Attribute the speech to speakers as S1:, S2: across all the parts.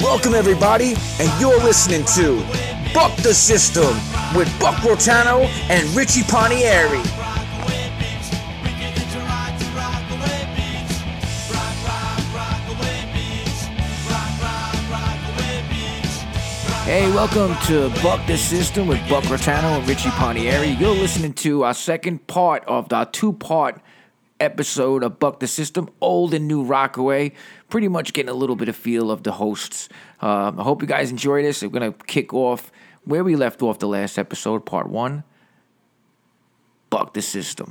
S1: Welcome, everybody, and you're listening to Buck the System with Buck Rotano and Richie Ponieri.
S2: Hey, welcome to Buck the System with Buck Rotano and Richie Pontieri. You're listening to our second part of our two part episode of Buck the System, old and new Rockaway. Pretty much getting a little bit of feel of the hosts. Um, I hope you guys enjoy this. We're going to kick off where we left off the last episode, part one Buck the System.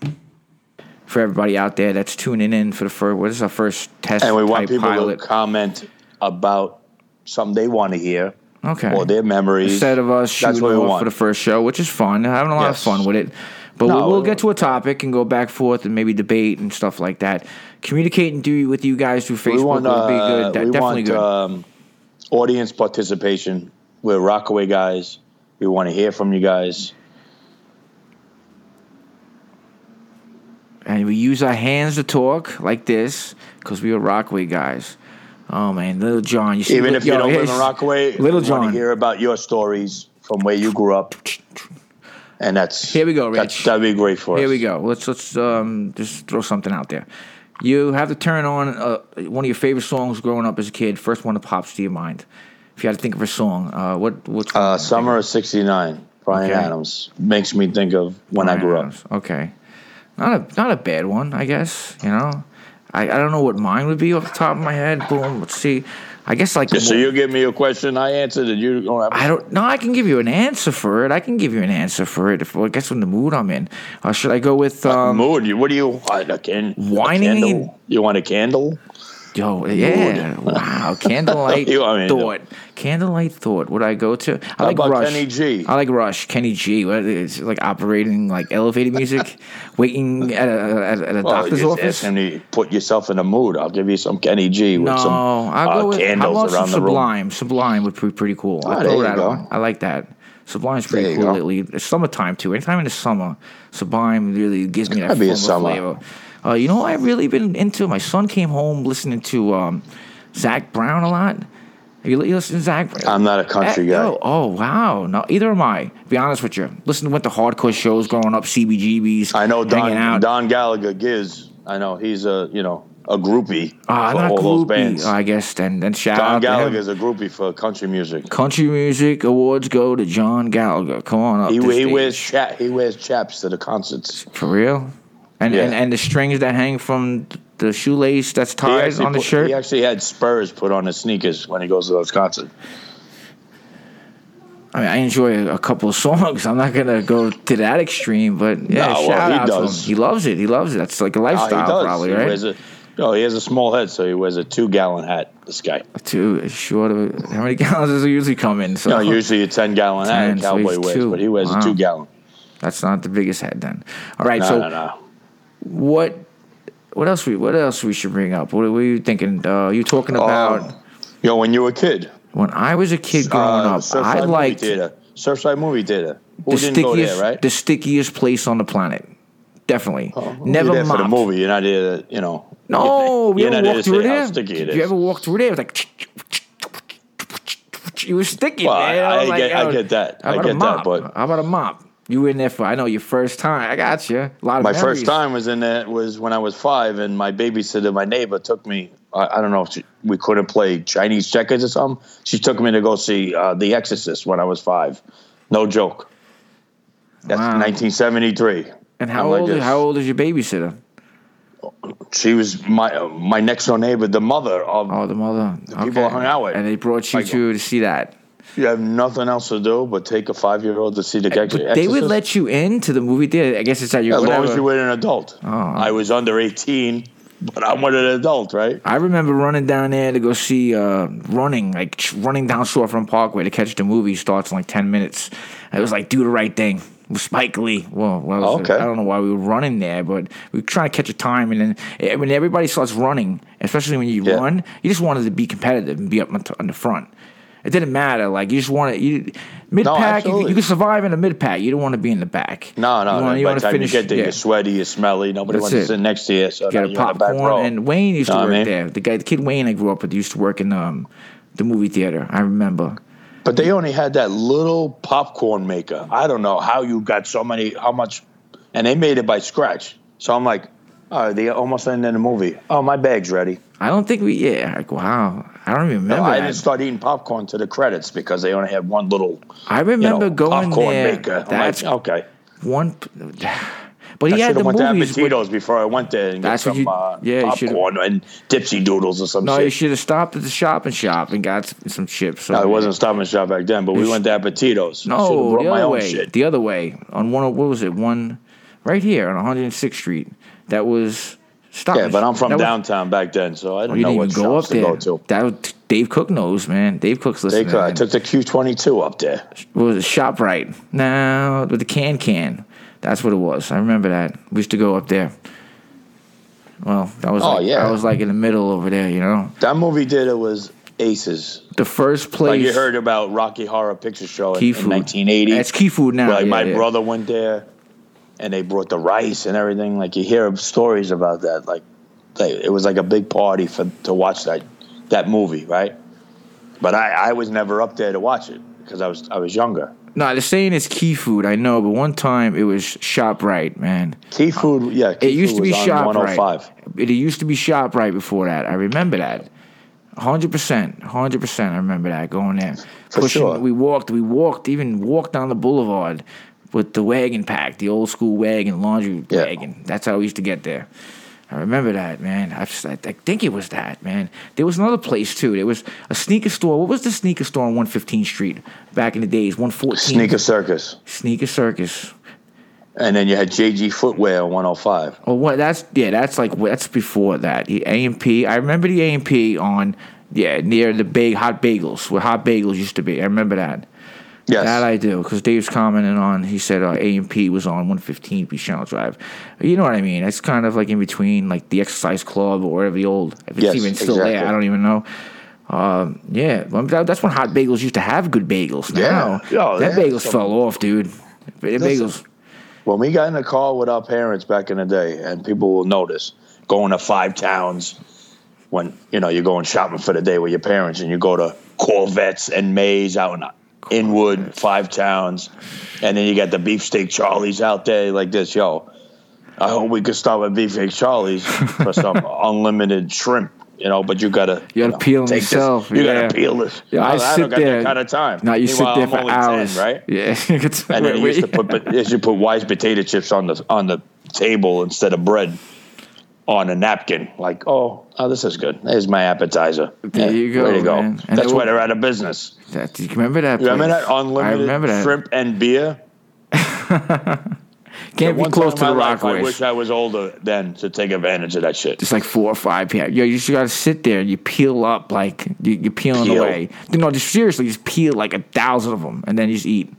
S2: For everybody out there that's tuning in for the first, what is our first test
S3: And we want
S2: type
S3: people
S2: pilot?
S3: to comment about something they want to hear
S2: Okay.
S3: or their memories.
S2: instead of us shooting
S3: That's what we
S2: off
S3: want.
S2: for the first show, which is fun. Having a lot of
S3: Yes.
S2: fun with it. But
S3: No,
S2: we'll, we'll
S3: it-
S2: get to a topic and go back forth and maybe debate and stuff like that. Communicating do with you guys through Facebook
S3: we want,
S2: would be
S3: uh,
S2: good. That,
S3: we
S2: definitely
S3: want
S2: good.
S3: Um, audience participation. We're Rockaway guys. We want to hear from you guys.
S2: and we use our hands to talk like this because we are Rockaway guys. Oh man, little John, you see,
S3: Even
S2: li-
S3: if you
S2: yo,
S3: don't live in
S2: here's-
S3: Rockaway,
S2: little
S3: we want
S2: John.
S3: to hear about your stories from where you grew up. And that's
S2: Here we go,
S3: that's-
S2: Rich.
S3: That'd be great for us.
S2: Here we go. Let's let's um, just throw something out there. You have to turn on uh, one of your favorite songs growing up as a kid. First one that pops to your mind. If you had to think of a song, uh, what what?
S3: Uh, Summer of '69, Brian
S2: Okay.
S3: Adams makes me think of when I grew up.
S2: Okay, not a not a bad one, I guess. You know, I, I don't know what mine would be off the top of my head. Boom. Let's see. I guess like
S3: So you give me a question, I answered it. You don't have
S2: I don't know. I can give you an answer for it. I can give you an answer for it. If, well, I guess when the mood I'm in. Uh, should I go with um?
S3: mood. You- What do you want? A, can,
S2: Whining
S3: a candle? You want a candle?
S2: Yo, yeah, wow, candlelight
S3: You know what I mean?
S2: thought, candlelight thought. Would I go to? I like
S3: about
S2: Rush.
S3: Kenny G?
S2: I like Rush, Kenny G. What is it, like operating like elevator music, waiting at a, at a, at a
S3: Well,
S2: doctor's
S3: just
S2: office.
S3: ask him to put yourself in a mood. I'll give you some Kenny G with
S2: no,
S3: some
S2: I'll
S3: uh,
S2: go with how about
S3: candles
S2: some
S3: around the room.
S2: Sublime. Sublime would be pretty cool.
S3: Ah,
S2: I
S3: there
S2: throw
S3: you
S2: that
S3: go.
S2: on. I like that. Sublime's
S3: There
S2: pretty
S3: you
S2: cool.
S3: go.
S2: Lately, it's summertime too. Anytime in the summer, Sublime really gives me that
S3: Gotta be a
S2: form of
S3: summer.
S2: flavor. Uh, you know, what I've really been into. My son came home listening to um, Zach Brown a lot. You, you listen to Zach Brown?
S3: I'm not a country
S2: Eh,
S3: guy.
S2: yo, oh wow! No, either am I. Be honest with you. Listen, went to hardcore shows growing up. CBGBs.
S3: I know
S2: hanging
S3: Don
S2: out.
S3: Don Gallagher gives. I know he's a you know a groupie
S2: Ah,
S3: for
S2: not
S3: all those
S2: groupie,
S3: bands.
S2: I guess. Then then shout
S3: Don
S2: out to him.
S3: Gallagher's a groupie for country music.
S2: Country Music Awards go to John Gallagher. Come on up.
S3: He,
S2: to
S3: he
S2: stage.
S3: wears cha- he wears chaps to the concerts.
S2: for real, and,
S3: Yeah.
S2: and and the strings that hang from the shoelace that's
S3: He
S2: tied
S3: actually
S2: on the
S3: put-
S2: shirt.
S3: He actually had spurs put on his sneakers when he goes to those concerts.
S2: I mean, I enjoy a, a couple of songs. I'm not gonna go to that extreme, but yeah,
S3: No, well,
S2: shout
S3: he
S2: out
S3: does.
S2: to him. He loves it. He loves it. That's like a
S3: Oh,
S2: lifestyle, probably,
S3: he
S2: right?
S3: Wears a, no, he has a small head, so he wears a two-gallon hat. This guy.
S2: Two short of how many gallons does it usually come in? So
S3: No, usually a ten-gallon hat.
S2: Ten,
S3: a
S2: so
S3: cowboy
S2: he's
S3: wears,
S2: two.
S3: but he wears
S2: Wow.
S3: a two-gallon.
S2: that's not the biggest head then. All right,
S3: No,
S2: so
S3: no, no.
S2: what? What else we? What else we should bring up? What are you thinking? Uh, you talking about?
S3: Um, you know, when you were a kid,
S2: When I was a kid growing
S3: uh,
S2: up,
S3: Surfside
S2: I
S3: movie
S2: liked the
S3: theater. Surfside movie theater. Who didn't
S2: stickiest,
S3: go there, right? Oh,
S2: the stickiest place on the planet. Definitely, never
S3: You're there for the
S2: mopped.
S3: movie. You're not there, to, you know.
S2: No, we
S3: you're
S2: ever
S3: not there
S2: walked
S3: to
S2: through
S3: see how
S2: there.
S3: sticky it
S2: Did
S3: is.
S2: you ever walk through there? It was like you were sticky,
S3: Well,
S2: man.
S3: I-
S2: was
S3: I
S2: like,
S3: get- I
S2: yo,
S3: get that.
S2: How
S3: I
S2: about a
S3: get that,
S2: mop?
S3: but-
S2: how about a mop? You were in there for I know your first time. I got you. A lot of
S3: My
S2: memories.
S3: first time was in that was when I was five, and my babysitter, my neighbor, took me. I, I don't know if she, we couldn't play Chinese checkers or something. She took me to go see uh, The Exorcist when I was five. No joke. That's
S2: Wow.
S3: 1973.
S2: And how
S3: I'm like
S2: old?
S3: this.
S2: how old is your babysitter?
S3: She was my uh, my next door neighbor, the mother of.
S2: Oh, the mother. The
S3: people I hung out with.
S2: and they brought you
S3: Like-
S2: to to see that.
S3: You have nothing else to do but take a five year old to see The Ex- Exorcist.
S2: But they would let you in to the movie theater. I guess it's at your
S3: as
S2: whatever. Oh.
S3: long as you were an adult. I was under 18, but I'm an adult, right?
S2: I remember running down there to go see uh, running, like ch- running down Shorefront Parkway to catch the movie. Starts in like ten minutes. It was like do the right thing with Spike Lee. Well, well
S3: Oh, okay.
S2: I don't know why we were running there, but we were trying to catch a time. And then eh, when everybody starts running, especially when you
S3: Yeah.
S2: run, you just wanted to be competitive and be up on t- on the front. It didn't matter. Like you just wanted you mid pack. you,
S3: absolutely.
S2: you could survive in the mid pack. You don't want to be in the back.
S3: No, no.
S2: You
S3: no.
S2: wanna- you
S3: By
S2: wanna
S3: the time
S2: finish-
S3: you get there,
S2: yeah.
S3: you're sweaty, you're smelly. Nobody
S2: That's
S3: wants
S2: it.
S3: to sit next to you. So
S2: Get
S3: now
S2: a
S3: you're in the back
S2: popcorn.
S3: row.
S2: And Wayne used to
S3: Know what I
S2: work
S3: mean?
S2: there. The guy, the kid Wayne I grew up with, used to work in um, the movie theater. I remember.
S3: But they only had that little popcorn maker. I don't know how you got so many, how much, and they made it by scratch. So I'm like, oh, they almost ended the movie. Oh, my bag's ready.
S2: I don't think we. Yeah, like wow. I don't even remember.
S3: I
S2: that.
S3: didn't start eating popcorn to the credits because they only had one little,
S2: I
S3: you
S2: remember
S3: know,
S2: going
S3: popcorn
S2: there.
S3: maker. I'm
S2: That's
S3: like, okay.
S2: one. p- But he had
S3: I should
S2: the
S3: have went to
S2: movies. with-
S3: Appetitos before I went there and got
S2: That's what
S3: some
S2: you-
S3: uh,
S2: yeah, you should've-
S3: popcorn and dipsy doodles or some
S2: no, you
S3: shit.
S2: should have stopped at the shop and shop and got s- some chips.
S3: No, it wasn't Stop and Shop back then, but we
S2: sh-
S3: went to Appetitos. I should have
S2: No,
S3: brought
S2: the
S3: my
S2: other
S3: own
S2: way.
S3: shit.
S2: The other way on one. What was it? One, right here on 106th Street. That was stop.
S3: Yeah, but I'm from
S2: that was- Oh,
S3: downtown back then, so I didn't
S2: you
S3: know
S2: didn't
S3: what
S2: even go up
S3: shops to
S2: there.
S3: go to.
S2: That was, Dave Cook knows, man. Dave Cook's
S3: They
S2: listening.
S3: could. I
S2: And
S3: took the Q22 up there.
S2: what was it Shoprite? No, with the can can. That's what it was. I remember that. We used to go up there. Well, that was
S3: Oh,
S2: like,
S3: yeah.
S2: I was like in the middle over there, you know.
S3: That movie did it was Aces.
S2: The first place
S3: Like you heard about Rocky Horror Picture Show in,
S2: Key
S3: in
S2: food.
S3: 1980.
S2: It's key food now.
S3: like
S2: yeah,
S3: my
S2: yeah.
S3: brother went there, and they brought the rice and everything. Like you hear stories about that. Like they, it was like a big party for to watch that that movie, right? But I, I was never up there to watch it because I was I was younger.
S2: No, they're saying it's key food. I know, but one time it was Shoprite, man.
S3: Key food, yeah. Key
S2: Uh, It used to
S3: food
S2: be
S3: was on
S2: Shoprite.
S3: 105.
S2: It used to be Shoprite before that. I remember that. 100%. 100%. I remember that going there.
S3: For sure.
S2: We walked, we walked, even walked down the boulevard with the wagon pack, the old school wagon, laundry
S3: Yeah.
S2: wagon. That's how we used to get there. I remember that, man. I, just, I, I think it was that, man. There was another place, too. There was a sneaker store. What was the sneaker store on 115th Street back in the days? 114th?
S3: Sneaker Circus,
S2: Sneaker Circus.
S3: and then you had JG Footwear on 105.
S2: Oh, what? That's yeah. That's like that's before that. The AMP. I remember the AMP on yeah near the big hot bagels where hot bagels used to be. I remember that.
S3: Yes,
S2: That I do because Dave's commenting on. He said uh, AMP was on 115 Channel Drive. You know what I mean? It's kind of like in between like the Exercise Club or whatever the old. If it's
S3: Yes,
S2: even still there,
S3: exactly.
S2: I don't even know. Um, yeah, well, that- that's when hot bagels used to have good bagels. Now
S3: Yeah. Oh,
S2: that
S3: yeah.
S2: bagels fell off, dude. The Bagels.
S3: when we got in the car with our parents back in the day, and people will notice going to five towns when you know you're going shopping for the day with your parents, and you go to Corvettes and Mays out in Inwood, five towns, and then you got the beefsteak Charlies out there like this, yo. I hope we could stop at beefsteak Charlies for some unlimited shrimp. You know, but you gotta
S2: You gotta peel 'em
S3: take this.
S2: yourself,
S3: You
S2: yeah.
S3: gotta peel this.
S2: Yeah, I,
S3: don't
S2: sit
S3: got
S2: there.
S3: that kind of time.
S2: No, you sit
S3: Meanwhile,
S2: there
S3: I'm
S2: for
S3: only 10,
S2: hours,
S3: right?
S2: Yeah,
S3: And then they used to put they used to put wise potato chips on the on the table instead of bread on a napkin. Like, oh, oh this is good. There's my appetizer.
S2: There you go,
S3: Way to go.
S2: man. And
S3: That's
S2: they
S3: why
S2: were-
S3: they're out of business.
S2: That, you remember that?
S3: You remember
S2: place?
S3: that unlimited
S2: I remember that.
S3: shrimp and beer?
S2: Can't be
S3: One
S2: close to
S3: time
S2: the
S3: in my life, I
S2: Rockaways.
S3: wish I was older then to take advantage of that shit.
S2: It's like four or five p.m. Yo, you just gotta sit there and you peel up like you, you're peeling
S3: Peel.
S2: away. No, just seriously, just peel like a thousand of them and then you just eat.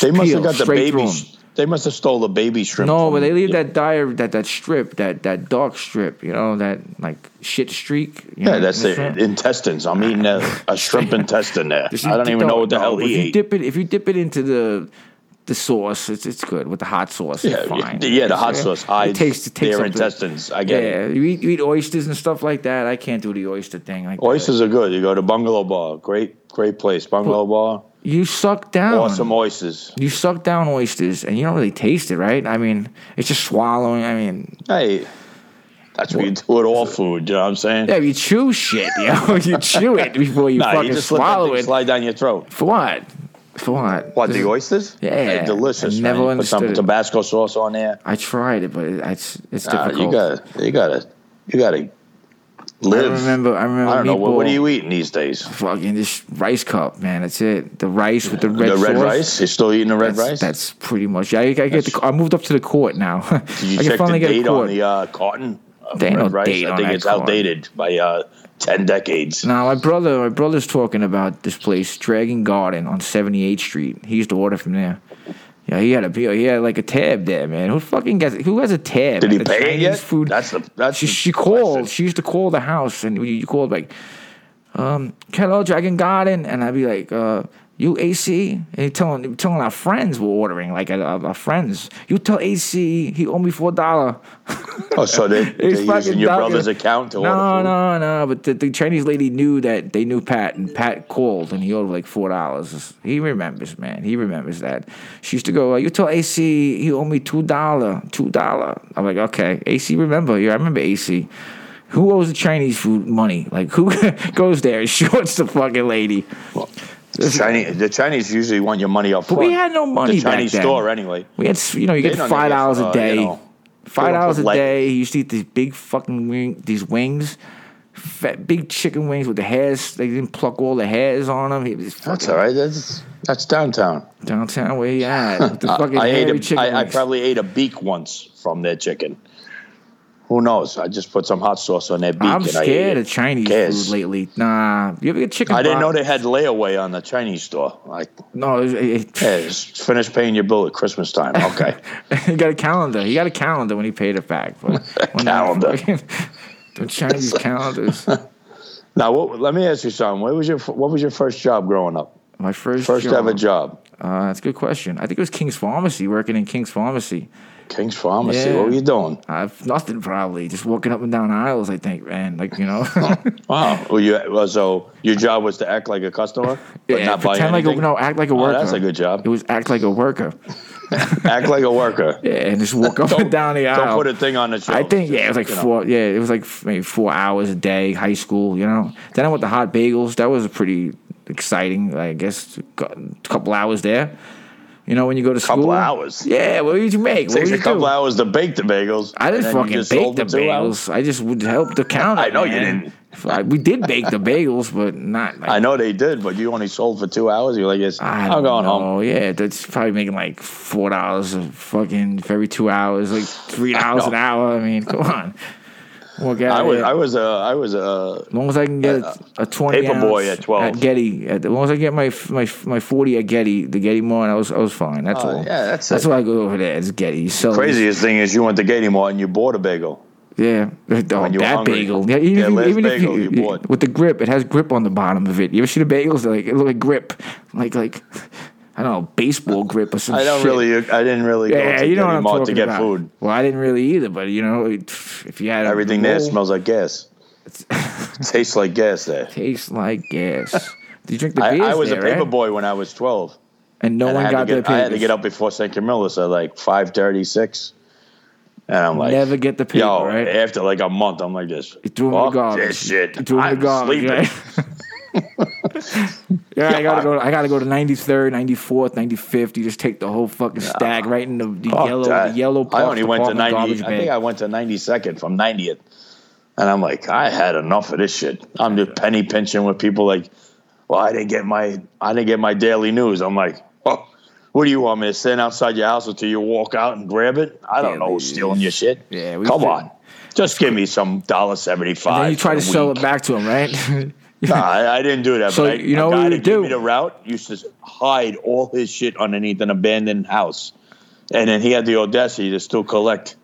S3: They must
S2: peel
S3: have got the
S2: straight through
S3: baby.
S2: 'em.
S3: sh- They must have stole the baby shrimp.
S2: No,
S3: from-
S2: but they leave that dire that that strip that that dark strip. You know that like shit streak. You
S3: Yeah,
S2: know,
S3: that's
S2: in
S3: the
S2: front.
S3: intestines. I'm eating a, a shrimp intestine there.
S2: If you
S3: I don't
S2: dip-
S3: even know what the
S2: no,
S3: hell
S2: if
S3: he
S2: you
S3: ate.
S2: Dip it, if you dip it into the the sauce, it's it's good with the hot sauce.
S3: Yeah,
S2: it's fine.
S3: yeah, yeah, the hot
S2: It's-
S3: sauce
S2: It
S3: hides
S2: takes, it takes
S3: their
S2: up the-
S3: intestines. I get it.
S2: yeah, you eat, you eat oysters and stuff like that. I can't do the oyster thing. Like that.
S3: Oysters are good. You go to Bungalow Bar, great, great place. Bungalow Bar,
S2: you suck down.
S3: awesome oysters.
S2: You suck down oysters, and you don't really taste it, right? I mean, it's just swallowing. I mean,
S3: Hey, that's what you do with all food. You know what I'm saying?
S2: yeah, you chew shit, you know, you chew it before you
S3: nah,
S2: fucking
S3: you just let that
S2: swallow
S3: thing
S2: it.
S3: slide down your throat.
S2: For what? For what?
S3: What
S2: This
S3: the
S2: is-
S3: oysters?
S2: Yeah.
S3: They're delicious.
S2: I
S3: man.
S2: never
S3: You Put some
S2: understood it.
S3: Tabasco sauce on there.
S2: I tried it, but it, it's it's
S3: Nah,
S2: difficult.
S3: you got, you got to, you got to
S2: I
S3: live.
S2: remember. I remember.
S3: I don't know what, what are
S2: meatball-
S3: you eating these days.
S2: fucking this rice cup, man. That's it. The rice with the red
S3: the red
S2: sauce.
S3: rice? You're still eating the red
S2: That's,
S3: rice?
S2: that's pretty much. I, I get. The, I moved up to the court now.
S3: Did you
S2: I can
S3: check the
S2: finally get a
S3: date on
S2: court.
S3: the uh, carton? of
S2: There ain't
S3: red
S2: no
S3: rice?
S2: date
S3: I
S2: on
S3: think
S2: that
S3: it's
S2: carton.
S3: outdated by uh, ten decades.
S2: Now my brother, my brother's talking about this place, Dragon Garden on 78th Street. He used to order from there. Yeah, he had a he had like a tab there, man. Who fucking gets who has a tab?
S3: Did he
S2: The
S3: pay it
S2: Chinese
S3: yet?
S2: Food.
S3: That's the- that's
S2: she,
S3: the
S2: she called.
S3: question.
S2: She used to call the house, and you, you called like, um, "Hello, Dragon Garden," and I'd be like, uh, "You AC?" And he telling telling uh, our friends we're ordering like our, our friends. You tell AC he owe me four dollar.
S3: Oh, so they, they're
S2: It's
S3: using
S2: fucking
S3: your
S2: dumb.
S3: brother's account to
S2: No,
S3: order food?
S2: no, no. But the, the Chinese lady knew that they knew Pat, and Pat called, and he ordered like four dollars. He remembers, man. He remembers that. She used to go, "You tell AC he owe me two dollar, two dollar." I'm like, okay, AC, remember? Yeah, I remember AC. Who owes the Chinese food money? Like, who goes there and shorts the fucking lady?
S3: The Chinese, the Chinese usually want your money up front.
S2: we had no money
S3: The
S2: back
S3: Chinese
S2: then.
S3: store, anyway.
S2: We had, you know, you
S3: They
S2: get
S3: don't
S2: five dollars
S3: get,
S2: a
S3: uh,
S2: day.
S3: you know,
S2: five
S3: they don't
S2: dollars
S3: put
S2: a
S3: leg-
S2: day. You used to eat these big fucking wing, these wings, fat, big chicken wings with the hairs. They didn't pluck all the hairs on them. It was
S3: That's
S2: fucking
S3: all right. That's that's downtown.
S2: downtown where you at. With the
S3: I-
S2: fucking
S3: I,
S2: hairy
S3: ate a,
S2: chicken
S3: I, I
S2: wings.
S3: probably ate a beak once from their chicken. Who knows? I just put some hot sauce on their beak.
S2: I'm
S3: and I ate
S2: scared
S3: it.
S2: of Chinese
S3: Cares.
S2: food lately. Nah, you ever get chicken?
S3: I didn't know
S2: broth?
S3: they had layaway on the Chinese store. Like,
S2: No, it, it,
S3: hey, just finish paying your bill at Christmas time. Okay.
S2: he got a calendar. He got a calendar when he paid it back. But when that
S3: Calendar.
S2: fucking- the Chinese calendars.
S3: now, what, let me ask you something. What was your What was your first job growing up?
S2: My first
S3: First
S2: job.
S3: ever job.
S2: Uh, that's a good question. I think it was King's Pharmacy, working in King's Pharmacy.
S3: King's Pharmacy.
S2: Yeah.
S3: What were you doing?
S2: I've nothing probably, just walking up and down aisles. I think, man, like you know,
S3: Wow. Were you, well, so your job was to act like a customer, but
S2: Yeah,
S3: not buy
S2: pretend like
S3: anything.
S2: a, no, act like a
S3: Oh,
S2: worker.
S3: that's a good
S2: It
S3: job.
S2: was act like a worker,
S3: act like a worker.
S2: yeah, and just walk up and down the
S3: Don't
S2: aisle.
S3: put a thing on the shelf.
S2: I think yeah, it was like
S3: You know.
S2: four. Yeah, it was like f- maybe four hours a day, high school. You know. Then I went to Hot Bagels. That was a pretty exciting, I guess, cou- couple hours there. You know, when you go to school.
S3: Couple hours?
S2: Yeah. What did you make? What
S3: Takes
S2: did you
S3: a couple
S2: do?
S3: hours to bake the bagels.
S2: I
S3: and
S2: didn't
S3: then you
S2: fucking
S3: just
S2: bake
S3: sold
S2: the
S3: for two
S2: bagels.
S3: hours?
S2: I just would help the counter.
S3: I know you
S2: man.
S3: didn't.
S2: So I- we did bake the bagels, but not. Like,
S3: I know they did, but you only sold for two hours. You're like, yes,
S2: I
S3: I'm
S2: don't
S3: going
S2: know.
S3: home.
S2: Yeah, that's probably making like four dollars a fucking for every two hours, like three dollars an
S3: know.
S2: hour. I mean, come on. Walk out.
S3: I
S2: of
S3: was,
S2: here.
S3: I was, uh, I was, uh,
S2: As long as I can get a, a twenty
S3: paper
S2: ounce
S3: boy at 12.
S2: at Getty. At, as long as I get my my my forty at Getty, the Getty Mall, and I was I was fine. That's
S3: Oh,
S2: all.
S3: yeah, that's
S2: that's
S3: it.
S2: why I go over there. It's Getty. So
S3: craziest thing is you went to Gating Mall and you bought a bagel.
S2: Yeah, oh,
S3: you were
S2: that
S3: hungry.
S2: bagel. Yeah, even,
S3: Yeah, last
S2: even if
S3: bagel
S2: you,
S3: you bought.
S2: with the grip, it has grip on the bottom of it. You ever see the bagels? They're like it look like grip, like like I don't know, baseball grip or some.
S3: I don't
S2: Oh, shit.
S3: really, I didn't really
S2: Yeah,
S3: go to
S2: you know what
S3: Gating
S2: I'm
S3: Mall
S2: talking
S3: to get
S2: about.
S3: food.
S2: Well, I didn't really either, but you know, it- if you had a
S3: Everything there
S2: roll,
S3: smells like gas. Tastes like gas there.
S2: tastes like gas. Did you drink the
S3: I,
S2: beers
S3: I was
S2: there,
S3: a paper
S2: right?
S3: boy when I was 12.
S2: and no
S3: and I
S2: one
S3: had,
S2: got
S3: to
S2: their
S3: get, I had to
S2: papers.
S3: get up before St. Camillus at like 5.30, 6. And I'm like,
S2: Never get the paper,
S3: Yo,
S2: right?
S3: after like a month, I'm like this.
S2: You threw him in the
S3: fuck
S2: garbage.
S3: This shit.
S2: You threw him in
S3: I'm
S2: the garbage.
S3: sleeping.
S2: Right? yeah, I gotta go. I gotta go to ninety third, ninety fourth, ninety fifth. You just take the whole fucking stack right in the, the
S3: Fuck
S2: yellow,
S3: that.
S2: the yellow.
S3: I
S2: Parks
S3: only went to
S2: Department
S3: ninety.
S2: garbage
S3: I
S2: bag.
S3: think I went to ninety second from ninetieth, and I'm like, I had enough of this shit. I'm just penny pinching with people like, well, I didn't get my, I didn't get my daily news. I'm like, oh, what do you want me to stand outside your house until you walk out and grab it? I don't know
S2: Daily
S3: who's stealing
S2: news.
S3: your shit.
S2: Yeah, we
S3: come
S2: fit-
S3: on, just give me some dollar seventy five.
S2: and you try to sell it back to him, right?
S3: Nah, I, I didn't do that.
S2: So
S3: but I,
S2: you know
S3: a
S2: what
S3: guy
S2: you
S3: that
S2: would
S3: gave
S2: do?
S3: Me the route used to hide all his shit underneath an abandoned house, and then he had the audacity to still collect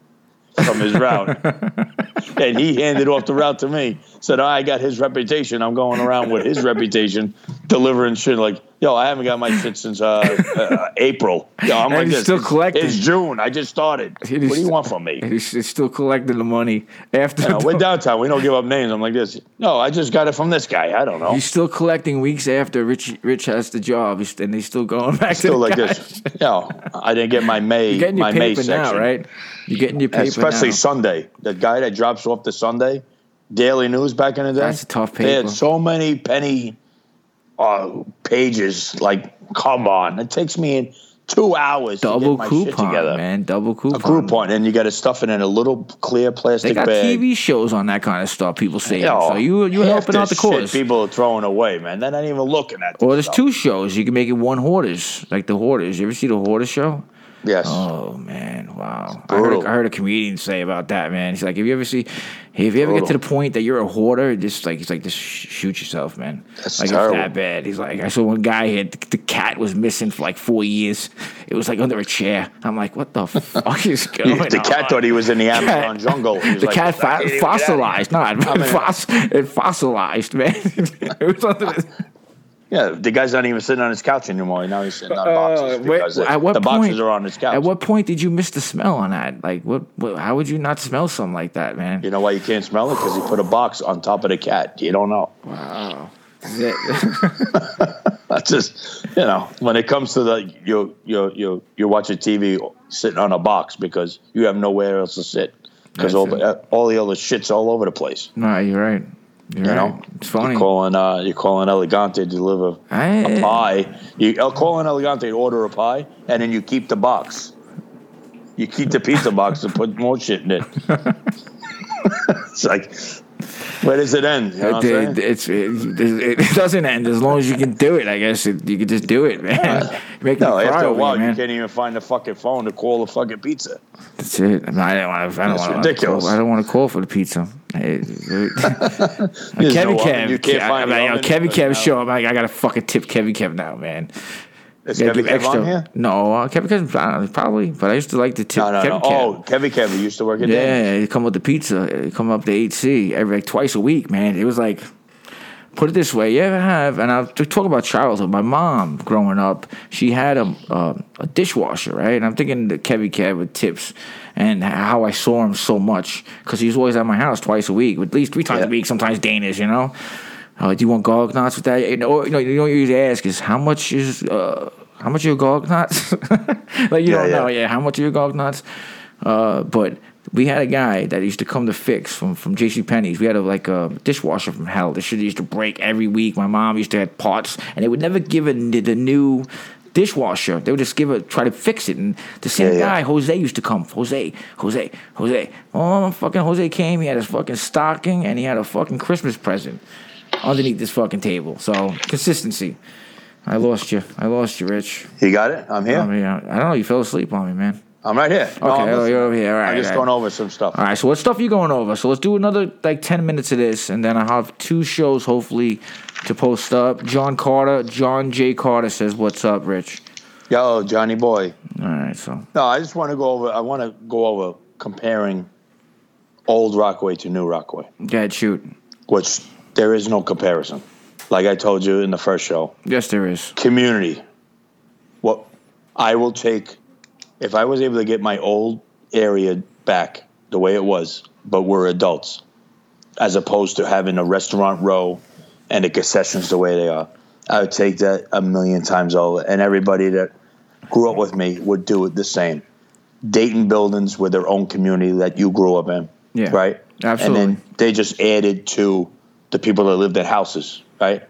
S3: from his route. and he handed off the route to me. Said, "Oh, "I got his reputation. I'm going around with his reputation, delivering shit like." Yo, I haven't got my shit since uh, uh, April. Yo, I'm
S2: And
S3: like
S2: he's
S3: this.
S2: still
S3: It's-
S2: collecting.
S3: It's June. I just started. What
S2: It is-
S3: do you want from me?
S2: and he's, he's still collecting the money after.
S3: No,
S2: the-
S3: we're downtown. We don't give up names. I'm like this. No, I just got it from this guy. I don't know.
S2: he's still collecting weeks after Rich Rich has the job, he's- and they still going back
S3: still
S2: to the
S3: like
S2: guy.
S3: this. Yeah, I didn't get my May
S2: You're getting your
S3: my May
S2: paper
S3: section.
S2: now, right? You're getting your paper
S3: Especially
S2: now.
S3: Sunday. The guy that drops off the Sunday Daily News back in the day.
S2: That's a tough
S3: They had
S2: paper.
S3: so many penny uh, pages. Like, come on, it takes me two hours
S2: Double
S3: to get my shit
S2: coupon,
S3: together.
S2: man. Double coupon.
S3: A Groupon, and you got to stuff it in a little clear
S2: They
S3: plastic
S2: got
S3: bag.
S2: TV shows on that kind of stuff. People say
S3: Yo,
S2: so. You you
S3: half
S2: helping out the
S3: this shit
S2: cause.
S3: People are throwing away, man. They're not even looking at.
S2: Or there's
S3: this stuff.
S2: two shows. You can make it one hoarders, like the hoarders. You ever see the hoarders show?
S3: Yes.
S2: Oh man, wow! I heard,
S3: brutal.
S2: a, I heard a comedian say about that, man. He's like, if you ever see, if you ever get to
S3: Brutal.
S2: the point that you're a hoarder, just like he's like, just sh- shoot yourself, man.
S3: That's
S2: like
S3: terrible.
S2: it's that bad. He's like, I saw one guy had the cat was missing for like four years. It was like under a chair. I'm like, what the fuck is going on?
S3: the cat thought he was in the Amazon jungle. He was
S2: The
S3: like,
S2: cat fo-
S3: "I can't even get out of here."
S2: fossilized, not
S3: mean-
S2: fos- it fossilized, man. it was under the-
S3: Yeah, the guy's not even sitting on his couch anymore. Now he's sitting on
S2: Uh,
S3: boxes
S2: wait,
S3: because the,
S2: at what
S3: the boxes
S2: point-
S3: are on his couch.
S2: At what point did you miss the smell on that? Like, what? what how would you not smell something like that, man?
S3: you know why you can't smell it? Because he put a box on top of the cat. You don't know. That's just you know when it comes to the you you you you're watching TV sitting on a box because you have nowhere else to sit because
S2: That's
S3: all,
S2: it.
S3: the- all the other shits all over the place.
S2: no, you're right. You're
S3: You
S2: right.
S3: know,
S2: it's funny.
S3: You're calling uh, you're calling Elegante to deliver a
S2: I,
S3: pie. You I'll call an Elegante to order a pie, and then you keep the box. You keep the pizza box and put more shit in it. it's like, where does it end? You know what I'm saying?
S2: it, it's, it, it, it doesn't end as long as you can do it. I guess it, you can just do it, man. Make
S3: No,
S2: me cry
S3: after a
S2: over
S3: while,
S2: you,
S3: you
S2: man. Uh,
S3: can't even find the fucking phone to call the fucking pizza.
S2: That's it. I, mean, I don't want to. I don't
S3: That's
S2: want
S3: ridiculous.
S2: I don't want to call for the pizza. Hey,
S3: There's
S2: Kevin
S3: no oven.
S2: Kev,
S3: You can't
S2: Ke-
S3: find
S2: I,
S3: the
S2: mean, yo,
S3: oven.
S2: Kevin Kev
S3: Now-
S2: show. I'm like, I gotta fucking tip Kevin Kev now, man.
S3: Is
S2: Gotta
S3: Kevin
S2: give
S3: Kev on here?
S2: No, uh, Kevin Kev I don't know, probably, but I used to like to tip
S3: No, no,
S2: Kevin
S3: no.
S2: Kev.
S3: Oh, Kevin Kev he used to work at Danny's.
S2: Yeah, you come with the pizza. You come up to HC every like twice a week, man. It was like, put it this way, you ever have? And I'll t- talk about childhood. My mom, growing up, she had a um a dishwasher, right? And I'm thinking the Kevy Kev with tips and how I saw him so much because he was always at my house twice a week, at least three times a
S3: Yeah.
S2: week, sometimes Danish, you know. Uh, do you want garlic knots with that? You know, or, you know, you don't usually ask is how much is uh, how much are your garlic knots? like you
S3: Yeah,
S2: don't
S3: yeah.
S2: know, yeah. How much are your garlic knots? Uh, but we had a guy that used to come to fix from from JC Penney's. We had a like a dishwasher from hell. The shit used to break every week. My mom used to have parts, and they would never give it the, the new dishwasher. They would just give it try to fix it. And the same
S3: Yeah, yeah.
S2: guy Jose used to come. Jose, Jose, Jose. Oh, fucking Jose came. He had his fucking stocking and he had a fucking Christmas present underneath this fucking table. So consistency. I lost you. I lost you, Rich.
S3: You got it? I'm here?
S2: I mean, I I don't know. You fell asleep on me, man.
S3: I'm right here. No,
S2: Okay,
S3: I'm
S2: oh,
S3: listening.
S2: you're over here. All right,
S3: I'm just
S2: all right.
S3: going over some stuff.
S2: All right. So what stuff you going over? So let's do another like ten minutes of this, and then I have two shows hopefully to post up. John Carter, John J. Carter says, "What's up, Rich?"
S3: Yo, Johnny Boy.
S2: All right. So
S3: No, I just want to go over. I want to go over comparing old Rockaway to new Rockaway,
S2: yeah, shoot.
S3: which there is no comparison. Like I told you in the first show,
S2: Yes, there is.
S3: community. What I will take if I was able to get my old area back the way it was, but we're adults, as opposed to having a restaurant row and the concessions the way they are. I would take that a million times over, and everybody that grew up with me would do it the same. Dayton buildings with their own community that you grew up in,
S2: Yeah,
S3: right? And
S2: absolutely.
S3: then they just added to the people that lived at houses,
S2: Hmm.
S3: right?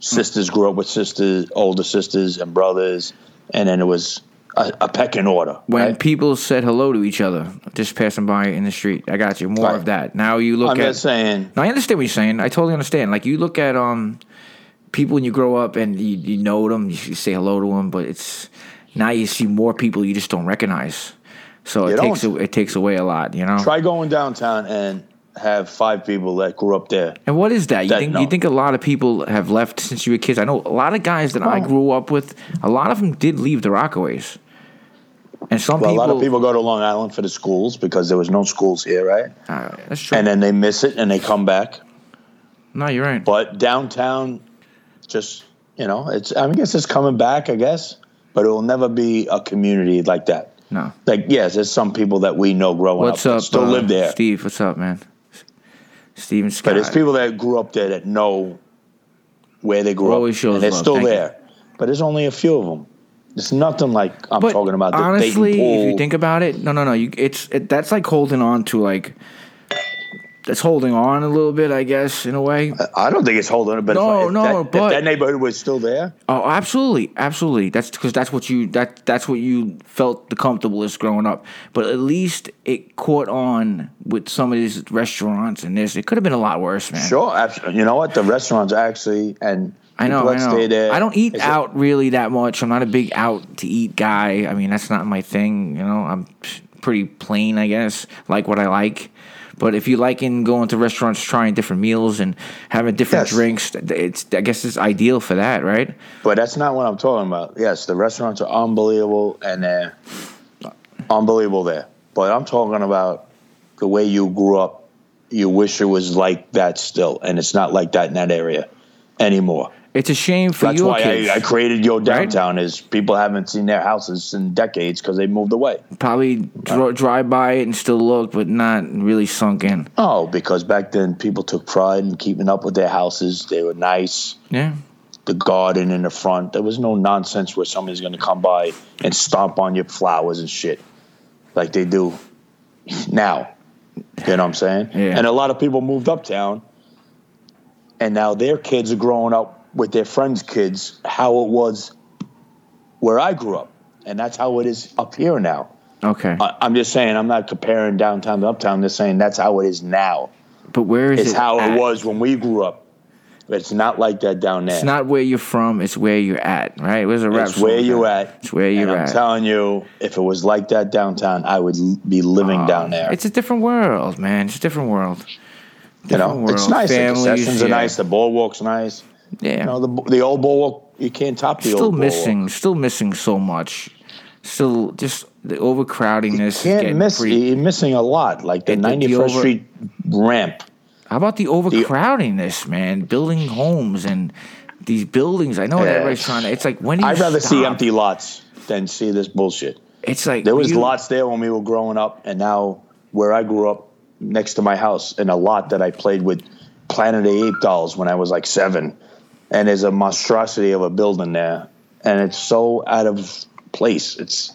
S3: sisters grew up with sisters, older sisters and brothers, and then it was a, a pecking order.
S2: When
S3: right?
S2: people said hello to each other, just passing by in the street, I got you. More
S3: Right.
S2: of that. Now you look
S3: I'm
S2: at.
S3: just saying,
S2: No, I understand what you're saying. I totally understand. Like you look at um people when you grow up and you, you know them, you should say hello to them, but it's now you see more people you just don't recognize. So
S3: You
S2: it takes
S3: don't.
S2: a- it takes away a lot, you know.
S3: try going downtown and have five people that grew up there.
S2: And what is that? You
S3: That-
S2: think
S3: no.
S2: you think a lot of people have left since you were kids? I know a lot of guys that I grew up with. A lot of them did leave the Rockaways, and some
S3: Well, a
S2: people.
S3: lot of people go to Long Island for the schools because there was no schools here, right?
S2: Uh, that's true.
S3: And then they miss it and they come back.
S2: no, you're right.
S3: But downtown, just you know, it's I guess it's coming back, I guess, but it will never be a community like that.
S2: No.
S3: Like yes, there's some people that we know growing
S2: What's
S3: up, that
S2: up?
S3: still
S2: uh,
S3: live there.
S2: Steve. What's up, man? Steven Scott.
S3: But it's people that grew up there that know where they grew
S2: Always
S3: up,
S2: shows
S3: and they're
S2: love.
S3: still
S2: Thank you.
S3: there. But there's only a few of them. It's nothing like I'm
S2: But
S3: talking about. The
S2: honestly,
S3: Dayton pool.
S2: if you think about it, no, no, no. You, it's it, that's like holding on to like that's holding on a little bit, I guess, in a way.
S3: I don't think it's holding it. But
S2: No,
S3: if, if
S2: no,
S3: that,
S2: but-
S3: if that neighborhood was still there,
S2: Oh, absolutely, absolutely. That's because that's what you that that's what you felt the comfortablest growing up. But at least it caught on with some of these restaurants and this. It could have been a lot worse, man.
S3: sure, absolutely. You know what? The restaurants actually and
S2: I know,
S3: people
S2: I
S3: that stay
S2: know.
S3: there.
S2: I don't eat
S3: it's-
S2: out really that much. I'm not a big out to eat guy. I mean, that's not my thing. You know, I'm pretty plain, I guess. Like what I like. But if you like in going to restaurants, trying different meals and having different
S3: Yes.
S2: drinks, th- it's I guess it's ideal for that, right?
S3: But that's not what I'm talking about. Yes, the restaurants are unbelievable and they're unbelievable there. But I'm talking about the way you grew up. You wish it was like that still, and it's not like that in that area. anymore.
S2: It's a shame for
S3: That's
S2: your
S3: why
S2: kids.
S3: I, I created Yo
S2: right?
S3: Downtown is people haven't seen their houses in decades because they moved away.
S2: Probably dri drive by it and still look, but not really sunk in.
S3: Oh, because back then people took pride in keeping up with their houses. They were nice.
S2: Yeah.
S3: The garden in the front. There was no nonsense where somebody's going to come by and stomp on your flowers and shit like they do now. You know what I'm saying?
S2: Yeah.
S3: And a lot of people moved uptown, and now their kids are growing up with their friends' kids. How it was where I grew up, and that's how it is up here now.
S2: Okay.
S3: I- I'm just saying, I'm not comparing downtown to uptown. I'm just saying that's how it is now.
S2: but where is
S3: It's
S2: it?
S3: how
S2: at?
S3: it was when we grew up. It's not like that down there.
S2: It's not where you're from. It's where you're at. Right? Where's the rap?
S3: It's where
S2: song
S3: you
S2: about?
S3: at.
S2: It's where
S3: And
S2: you're
S3: I'm
S2: at.
S3: telling you, if it was like that downtown, I would l- be living down there.
S2: Oh, It's a different world, man. It's a different world.
S3: you know,
S2: different
S3: it's
S2: world.
S3: nice.
S2: Families,
S3: the concessions are
S2: yeah.
S3: nice. The boardwalk's nice.
S2: Yeah.
S3: You know, the the old boardwalk. You can't top the
S2: still
S3: old boardwalk.
S2: missing. Still missing so much. Still just the overcrowdingness. is
S3: Can't
S2: getting
S3: miss.
S2: pretty-
S3: You're missing a lot, like the
S2: It- the- the
S3: 91st
S2: over-
S3: Street ramp.
S2: How about the overcrowdingness, man? Building homes and these buildings. I know
S3: Yeah.
S2: everybody's trying to. It's like when do you
S3: I'd rather see
S2: stop?
S3: empty lots than see this bullshit.
S2: It's like
S3: There was
S2: you-
S3: lots there when we were growing up, and now where I grew up, next to my house, in a lot that I played with Planet of the Ape dolls when I was like seven, and there's a monstrosity of a building there, and it's so out of place. It's,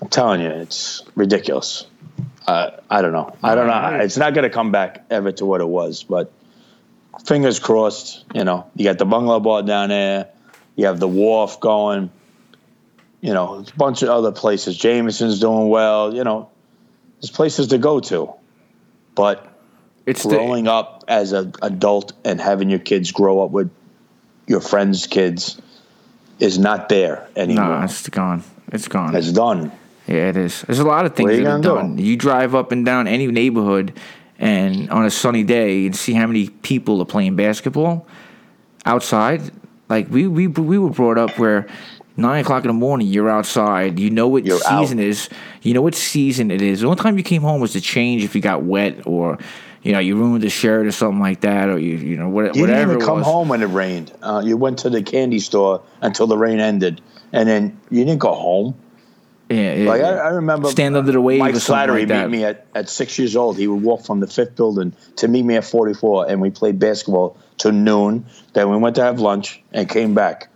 S3: I'm telling you, it's ridiculous. Uh, I don't know. I don't know. It's not going to come back ever to what it was, but fingers crossed. You know, you got the bungalow bar down there. You have the wharf going you know, a bunch of other places. Jameson's doing well, you know, there's places to go to. But
S2: It's the,
S3: growing up as an adult and having your kids grow up with your friends' kids is not there anymore.
S2: nah, it's gone. It's gone.
S3: It's done.
S2: Yeah, it is. There's a lot of things
S3: What are you
S2: that are
S3: gonna
S2: done.
S3: do?
S2: You drive up and down any neighborhood, and on a sunny day, and see how many people are playing basketball outside. Like we we we were brought up where nine o'clock in the morning, you're outside. You know what
S3: You're out.
S2: season is. You know what season it is. The only time you came home was to change if you got wet or. You know, you ruined a shirt or something like that, or you, you know, what,
S3: You
S2: whatever.
S3: didn't even
S2: it
S3: come
S2: was.
S3: home when it rained. Uh, you went to the candy store until the rain ended, and then you didn't go home.
S2: Yeah, yeah,
S3: Like
S2: yeah.
S3: I, I remember,
S2: stand under the wave.
S3: Mike
S2: or something
S3: Slattery
S2: like that.
S3: meet me at, at six years old. He would walk from the fifth building to meet me at forty four, and we played basketball till noon. Then we went to have lunch and came back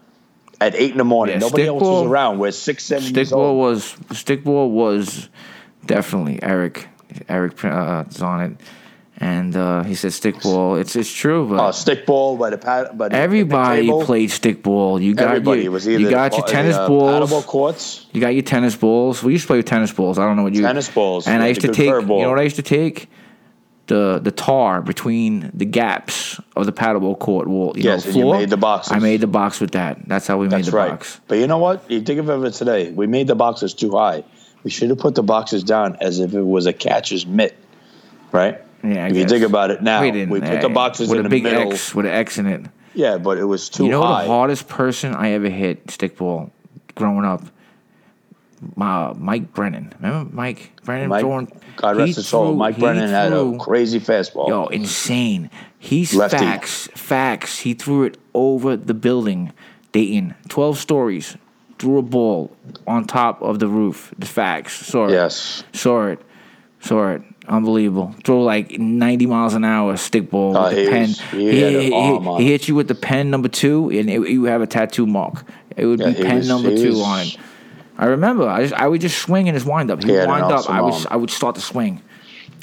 S3: at eight in the morning.
S2: Yeah,
S3: Nobody else
S2: stickball-
S3: was around. We're six, seven years
S2: Stickball
S3: old.
S2: was Stickball was definitely Eric. Eric uh, is on it, and uh, he said Stickball. It's it's true, but
S3: Uh, stickball by the pat, by the
S2: everybody
S3: table.
S2: played Stickball. You got
S3: Everybody
S2: your,
S3: was either
S2: you got
S3: the
S2: your
S3: ball-
S2: tennis
S3: the, uh, paddleball
S2: balls.
S3: courts.
S2: You got your tennis balls. We used to play with tennis balls. I don't know what you
S3: Tennis balls.
S2: And I
S3: Yeah,
S2: used
S3: the
S2: to
S3: good
S2: take. You
S3: curveball.
S2: know what I used to take. The, the tar between the gaps of the paddleball court wall, you
S3: Yes,
S2: know,
S3: and you
S2: floor.
S3: made the boxes.
S2: I made the box with that. That's how we made
S3: That's
S2: the
S3: right.
S2: box.
S3: But you know what? You think of it today. We made the boxes too high. We should have put the boxes down as if it was a catcher's mitt, right?
S2: Yeah, I
S3: if you
S2: guess.
S3: think about it now, we, put the
S2: eh,
S3: boxes
S2: with
S3: in
S2: a
S3: the
S2: big
S3: middle.
S2: X with an X in it.
S3: Yeah, but it was too
S2: You know
S3: high.
S2: the hardest person I ever hit stickball growing up? My Mike Brennan. Remember Mike Brennan
S3: Mike,
S2: throwing
S3: God
S2: he
S3: rest his soul.
S2: threw-
S3: Mike
S2: he
S3: Brennan had a
S2: threw-
S3: crazy fastball.
S2: Yo, insane. He's
S3: Lefty.
S2: facts. Facts. He threw it over the building, Dayton. Twelve stories. Threw a ball on top of the roof. The facts. Sorry.
S3: Yes.
S2: Saw it. Saw it. Unbelievable. Throw like 90 miles an hour stick ball
S3: Oh,
S2: with the
S3: he
S2: pen.
S3: was- he had an arm on
S2: he
S3: it.
S2: hit you with the pen number two, and it, you have a tattoo mark. It would
S3: Yeah,
S2: be
S3: he
S2: pen
S3: was-
S2: number
S3: he
S2: two
S3: was-
S2: on it. I remember. I, just, I would just swing in his windup. He
S3: He had
S2: would
S3: an
S2: wind up.
S3: awesome
S2: I would
S3: arm.
S2: I would start to swing.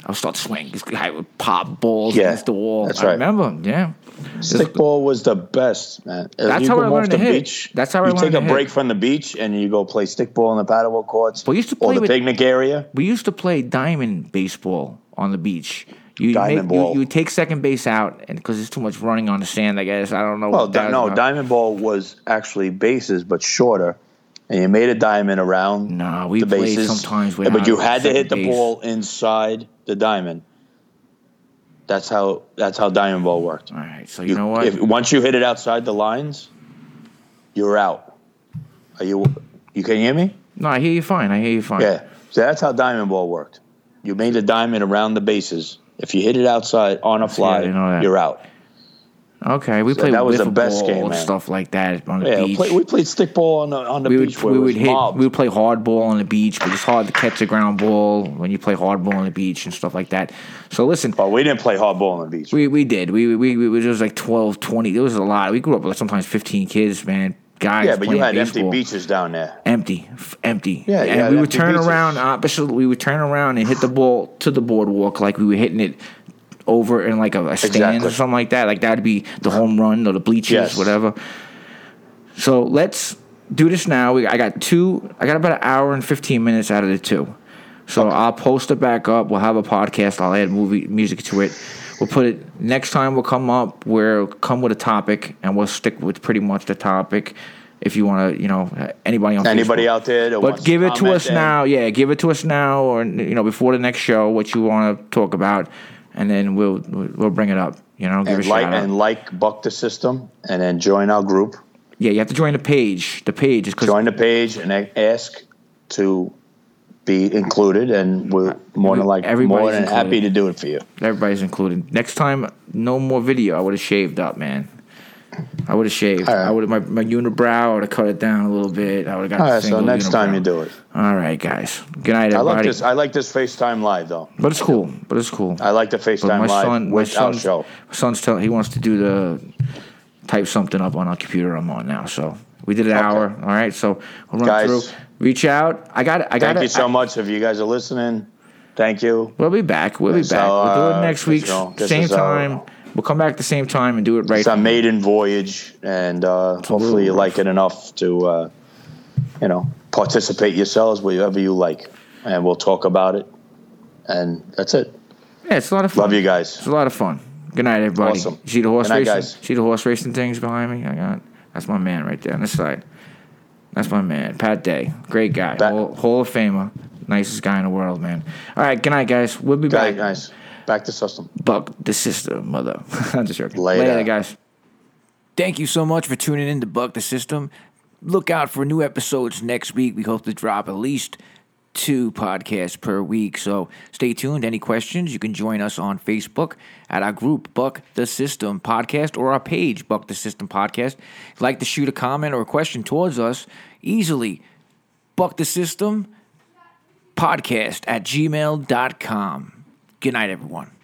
S2: I would start to swing. This guy would pop balls
S3: Yeah,
S2: against the wall.
S3: that's
S2: I
S3: right.
S2: remember. Yeah.
S3: Stickball was the best, man. If
S2: That's
S3: you
S2: how I
S3: come off
S2: learned to
S3: the
S2: hit.
S3: beach,
S2: That's how I
S3: you
S2: learned
S3: take
S2: to
S3: a
S2: hit.
S3: break from the beach and you go play stickball in the paddleball courts
S2: We used to
S3: or
S2: play
S3: the
S2: with-
S3: picnic area.
S2: We used to play diamond baseball on the beach. You
S3: Diamond
S2: make,
S3: ball.
S2: You, you take second base out, and because there's too much running on the sand, I guess I don't know.
S3: Well,
S2: what
S3: di-
S2: that
S3: no,
S2: was.
S3: diamond ball was actually bases, but shorter, and you made a diamond around.
S2: Nah, we
S3: the
S2: played
S3: bases,
S2: sometimes
S3: Yeah, but
S2: without
S3: you had to hit the
S2: second base.
S3: ball inside the diamond. That's how that's how diamond ball worked.
S2: All right, so you, know what?
S3: If, once you hit it outside the lines, you're out. Are you? You can hear me?
S2: no, I hear you fine. I hear you fine.
S3: Yeah. So that's how diamond ball worked. You made the diamond around the bases. If you hit it outside on a fly,
S2: didn't know that.
S3: you're out.
S2: Okay, we
S3: So
S2: played
S3: that was the
S2: wiffle
S3: best
S2: ball
S3: game,
S2: and
S3: man.
S2: stuff like that on the
S3: Yeah,
S2: beach.
S3: play, we played stickball on the on the
S2: we
S3: beach
S2: would
S3: where
S2: we
S3: it was
S2: would hit
S3: mobbed.
S2: we would play hardball on the beach, but it's hard to catch a ground ball when you play hardball on the beach and stuff like that. So listen,
S3: but we didn't play hardball on the beach.
S2: we we did we we, we it was like 12, 20. There was a lot. We grew up with sometimes fifteen kids, man. Guys,
S3: yeah, but you
S2: playing
S3: had
S2: baseball.
S3: empty beaches down there.
S2: empty, f- empty.
S3: Yeah,
S2: and
S3: yeah,
S2: we would
S3: empty
S2: turn
S3: beaches.
S2: around opposite. We would turn around and hit the ball to the boardwalk like we were hitting it over in like a, a stand or
S3: Exactly.
S2: something like that. Like that'd be the home run or the bleachers,
S3: Yes.
S2: whatever. So let's do this now. We, I got two. I got about an hour and fifteen minutes out of the two. So I'll post it back up. We'll have a podcast. I'll add movie music to it. We'll put it next time. We'll come up. We'll come with a topic, and we'll stick with pretty much the topic. If you want to, you know, anybody on
S3: Anybody
S2: Facebook.
S3: out there that wants
S2: But
S3: to
S2: give it to
S3: comment
S2: us
S3: and-
S2: now. Yeah, give it to us now, or you know, before the next show, what you want to talk about, and then we'll we'll bring it up. You know, give
S3: And
S2: a
S3: like
S2: shout out.
S3: and like Buck the System, and then join our group.
S2: yeah, you have to join the page. The page is because
S3: Join the page and a- ask to be included, and we're more than like more
S2: Everybody's
S3: than happy
S2: included.
S3: to do it for you.
S2: everybody's included. Next time, no more video. I would have shaved up, man. I would have shaved.
S3: right.
S2: I would have my, my unibrow. I would have cut it down a little bit. I would have got.
S3: All
S2: a
S3: right, so
S2: single
S3: next time
S2: unibrow.
S3: you do it.
S2: All right, guys. Good night, everybody.
S3: I like this. I like this FaceTime live though.
S2: but it's cool. But it's cool.
S3: I like the
S2: But
S3: FaceTime
S2: my
S3: live
S2: son, my
S3: without
S2: son's,
S3: show.
S2: my son's telling he wants to do the type something up on our computer I'm on now. So we did an hour. All right, so we'll run
S3: Guys.
S2: through. Reach out. I got. I got.
S3: Thank you so much. If you guys are listening, thank you.
S2: We'll be back. We'll be
S3: So,
S2: back. we'll do it
S3: uh,
S2: next
S3: you
S2: week,
S3: know, this
S2: same
S3: is our-
S2: time. we'll come back at the same time and do it right.
S3: It's a maiden voyage, and uh, hopefully you like it enough to, uh, you know, participate yourselves wherever you like, and we'll talk about it. And that's it.
S2: yeah, it's a lot of fun.
S3: Love you
S2: It's
S3: guys.
S2: a lot of fun. Good night, everybody.
S3: Awesome.
S2: See the horse
S3: Good night,
S2: racing.
S3: guys.
S2: See the horse racing things behind me. I got that's my man right there on this side. That's my man, Pat Day. Great guy,
S3: Pat-
S2: Hall, Hall of Famer, nicest guy in the world, man. All right, good night, guys. We'll be
S3: Good
S2: back.
S3: night, guys. Back to system.
S2: Buck the system, mother. I'm just joking.
S3: Later.
S2: Later, guys. Thank you so much for tuning in to Buck the System. Look out for new episodes next week. We hope to drop at least two podcasts per week. So stay tuned. Any questions, you can join us on Facebook at our group, Buck the System Podcast, or our page, Buck the System Podcast. If you'd like to shoot a comment or a question towards us, easily Buck the System Podcast at gmail.com. Good night, everyone.